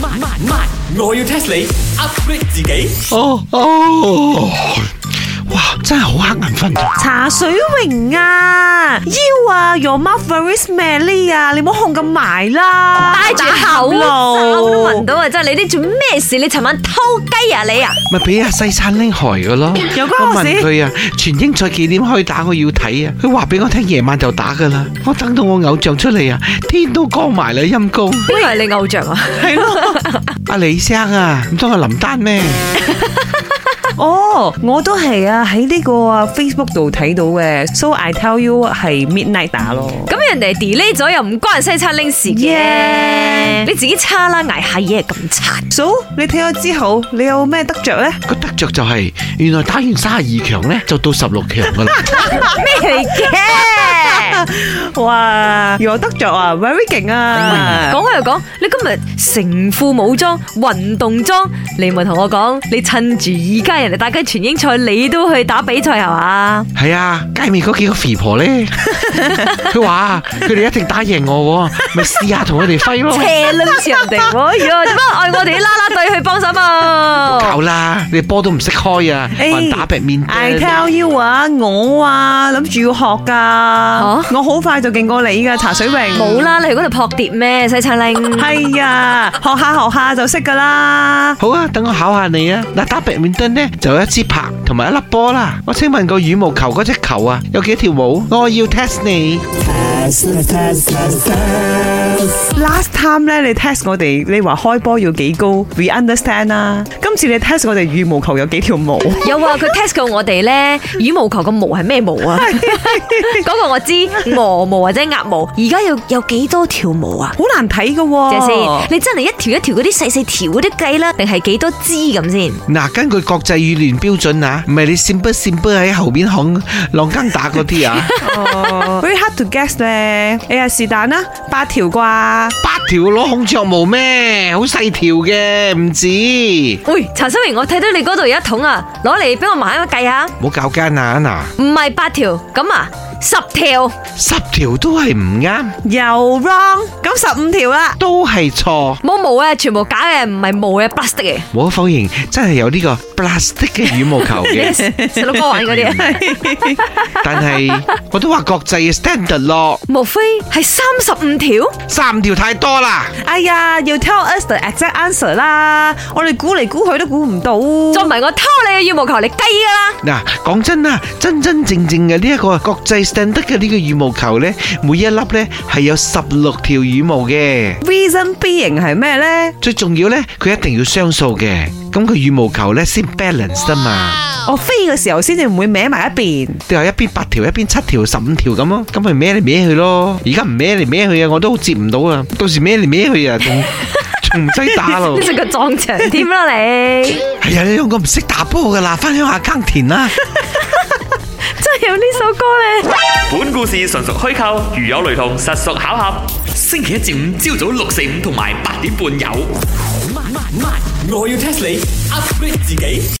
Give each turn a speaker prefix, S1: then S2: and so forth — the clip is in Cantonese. S1: 慢慢慢，我要 test 你 upgrade 自己。
S2: 哦哦，哇，真係好黑眼瞓。
S3: 茶水榮啊，腰啊，your à, mouth very smelly à. 啊，你唔好控咁埋啦，
S4: 戴住口罩我都聞
S3: 路，
S4: 到啊！真係你啲做咩事？你尋晚偷雞啊你啊！
S2: 咪俾阿西餐拎害嘅咯，
S3: 有關
S2: 我
S3: 我
S2: 問
S3: 事
S2: 佢啊，全英賽幾點開打？我要睇啊！佢話俾我聽夜晚就打噶啦，我等到我偶像出嚟啊，天都光埋啦，陰公。
S4: 邊個係你偶像啊？
S3: 係咯。
S2: 阿李生啊，唔通我林丹咩？
S3: 哦，我都係啊，喺呢個啊 à, Facebook 度睇到嘅，so I tell you 係 midnight 打咯。
S4: 咁人哋 delay 咗又唔關西餐拎事嘅
S3: Yeah，
S4: 你自己差啦，捱下嘢係咁慘。
S3: 嫂，你睇咗之後，你有咩得着呢？
S2: 個得着就係、原來打完三十二強咧，就到十六強 噶啦。
S4: 咩嚟 嘅？
S3: 哇，有得着啊，very à, 勁啊！
S4: 講開又講，你今日成副武裝、運動裝，你咪同我講，你趁住而家人哋打緊全英賽，你都去打比賽係 嘛？
S2: 係啊，街面嗰幾個肥婆咧，佢話佢哋一定打贏我喎，咪試下同佢哋揮咯。
S4: 斜掄住人哋喎，哎 呀，做乜愛我哋啲啦啦隊去幫手啊？
S2: 夠啦，你波都唔識開啊，
S3: 哎
S2: 還打劈面
S3: I tell you à, 啊，我啊諗住要學噶，我好快就勁過你噶，茶水榮。
S4: 冇啦，你去嗰度撲碟咩？西餐拎。
S3: 係啊，學下學下就識噶啦。
S2: 好啊，等我考下你啊！嗱，打 badminton 咧就有一支拍同埋一粒波啦。我請問個羽毛球嗰隻球啊，有幾條毛？我要 test 你。
S3: Last time 咧，你 test 我哋，你話開波要幾高，we understand 啦。今次你 test 我哋羽毛球有幾條毛？
S4: 有啊，佢 test 過我哋咧，羽毛球個毛係咩毛 啊？嗰個我知，鵝毛或者鴨毛。而家有有幾多條毛啊？
S3: 好難睇噶
S4: 謝
S3: 喎
S4: 先，。你真係一條一條嗰啲細細條嗰啲計啦，定係幾多支咁先？
S2: 嗱，根據國際羽聯標準啊，唔係你閃不閃不喺後邊行浪更打嗰啲啊，
S3: 哦 Very hard to guess 咧。你係是但啦，八條啩？
S2: 八條攞孔雀毛咩？好細條嘅，唔止。
S4: 喂，查生明，我睇到你嗰度有一桶啊，攞嚟俾我慢慢計下，
S2: 唔好搞奸啊！嗱，
S4: 唔係八條，咁啊十條。
S2: 十條都係唔啱，
S3: 又 wrong，咁十五條啦。
S2: 都係錯。
S4: 冇毛啊，全部假嘅，唔係毛嘅 plastic 嚟。
S2: 冇可否認，真係有呢個 plastic 嘅羽毛球 嘅。
S4: 細佬哥玩 嗰 啲啊，
S2: 但係我都話國際嘅 standard 咯，
S4: 莫非係三十五條？
S2: 三條太多啦。
S3: 哎呀，要 tell us the exact answer 啦，我哋估嚟估去都估唔到。
S4: 再唔係我偷你嘅羽毛球嚟計㗎啦！
S2: 嗱，講真啊，真真正正嘅呢一個國際 standard 嘅呢個羽毛球呢，每一粒呢係有十六條羽毛嘅。
S3: Reason being 係咩呢？
S2: 最重要呢，佢一定要雙數嘅，咁佢羽毛球呢先 balance 啊 嘛。
S3: 我飛嘅時候先至唔會歪埋一邊。
S2: 你話一邊八條，一邊七條、十五條咁咯，咁咪孭嚟孭去咯。而家唔孭嚟孭去啊，我都接唔到啊。到時孭嚟孭去啊，仲仲唔使打咯
S4: 你。食個撞牆添啦你，
S2: 係啊，你兩個唔識打波噶啦，翻鄉下耕田啦。
S4: 真係有呢首歌咧。
S1: 本故事純屬虛構，如有雷同，實屬巧合。星期一至五朝早六四五同埋八點半有。慢慢慢，我要 test 你 upgrade 自己。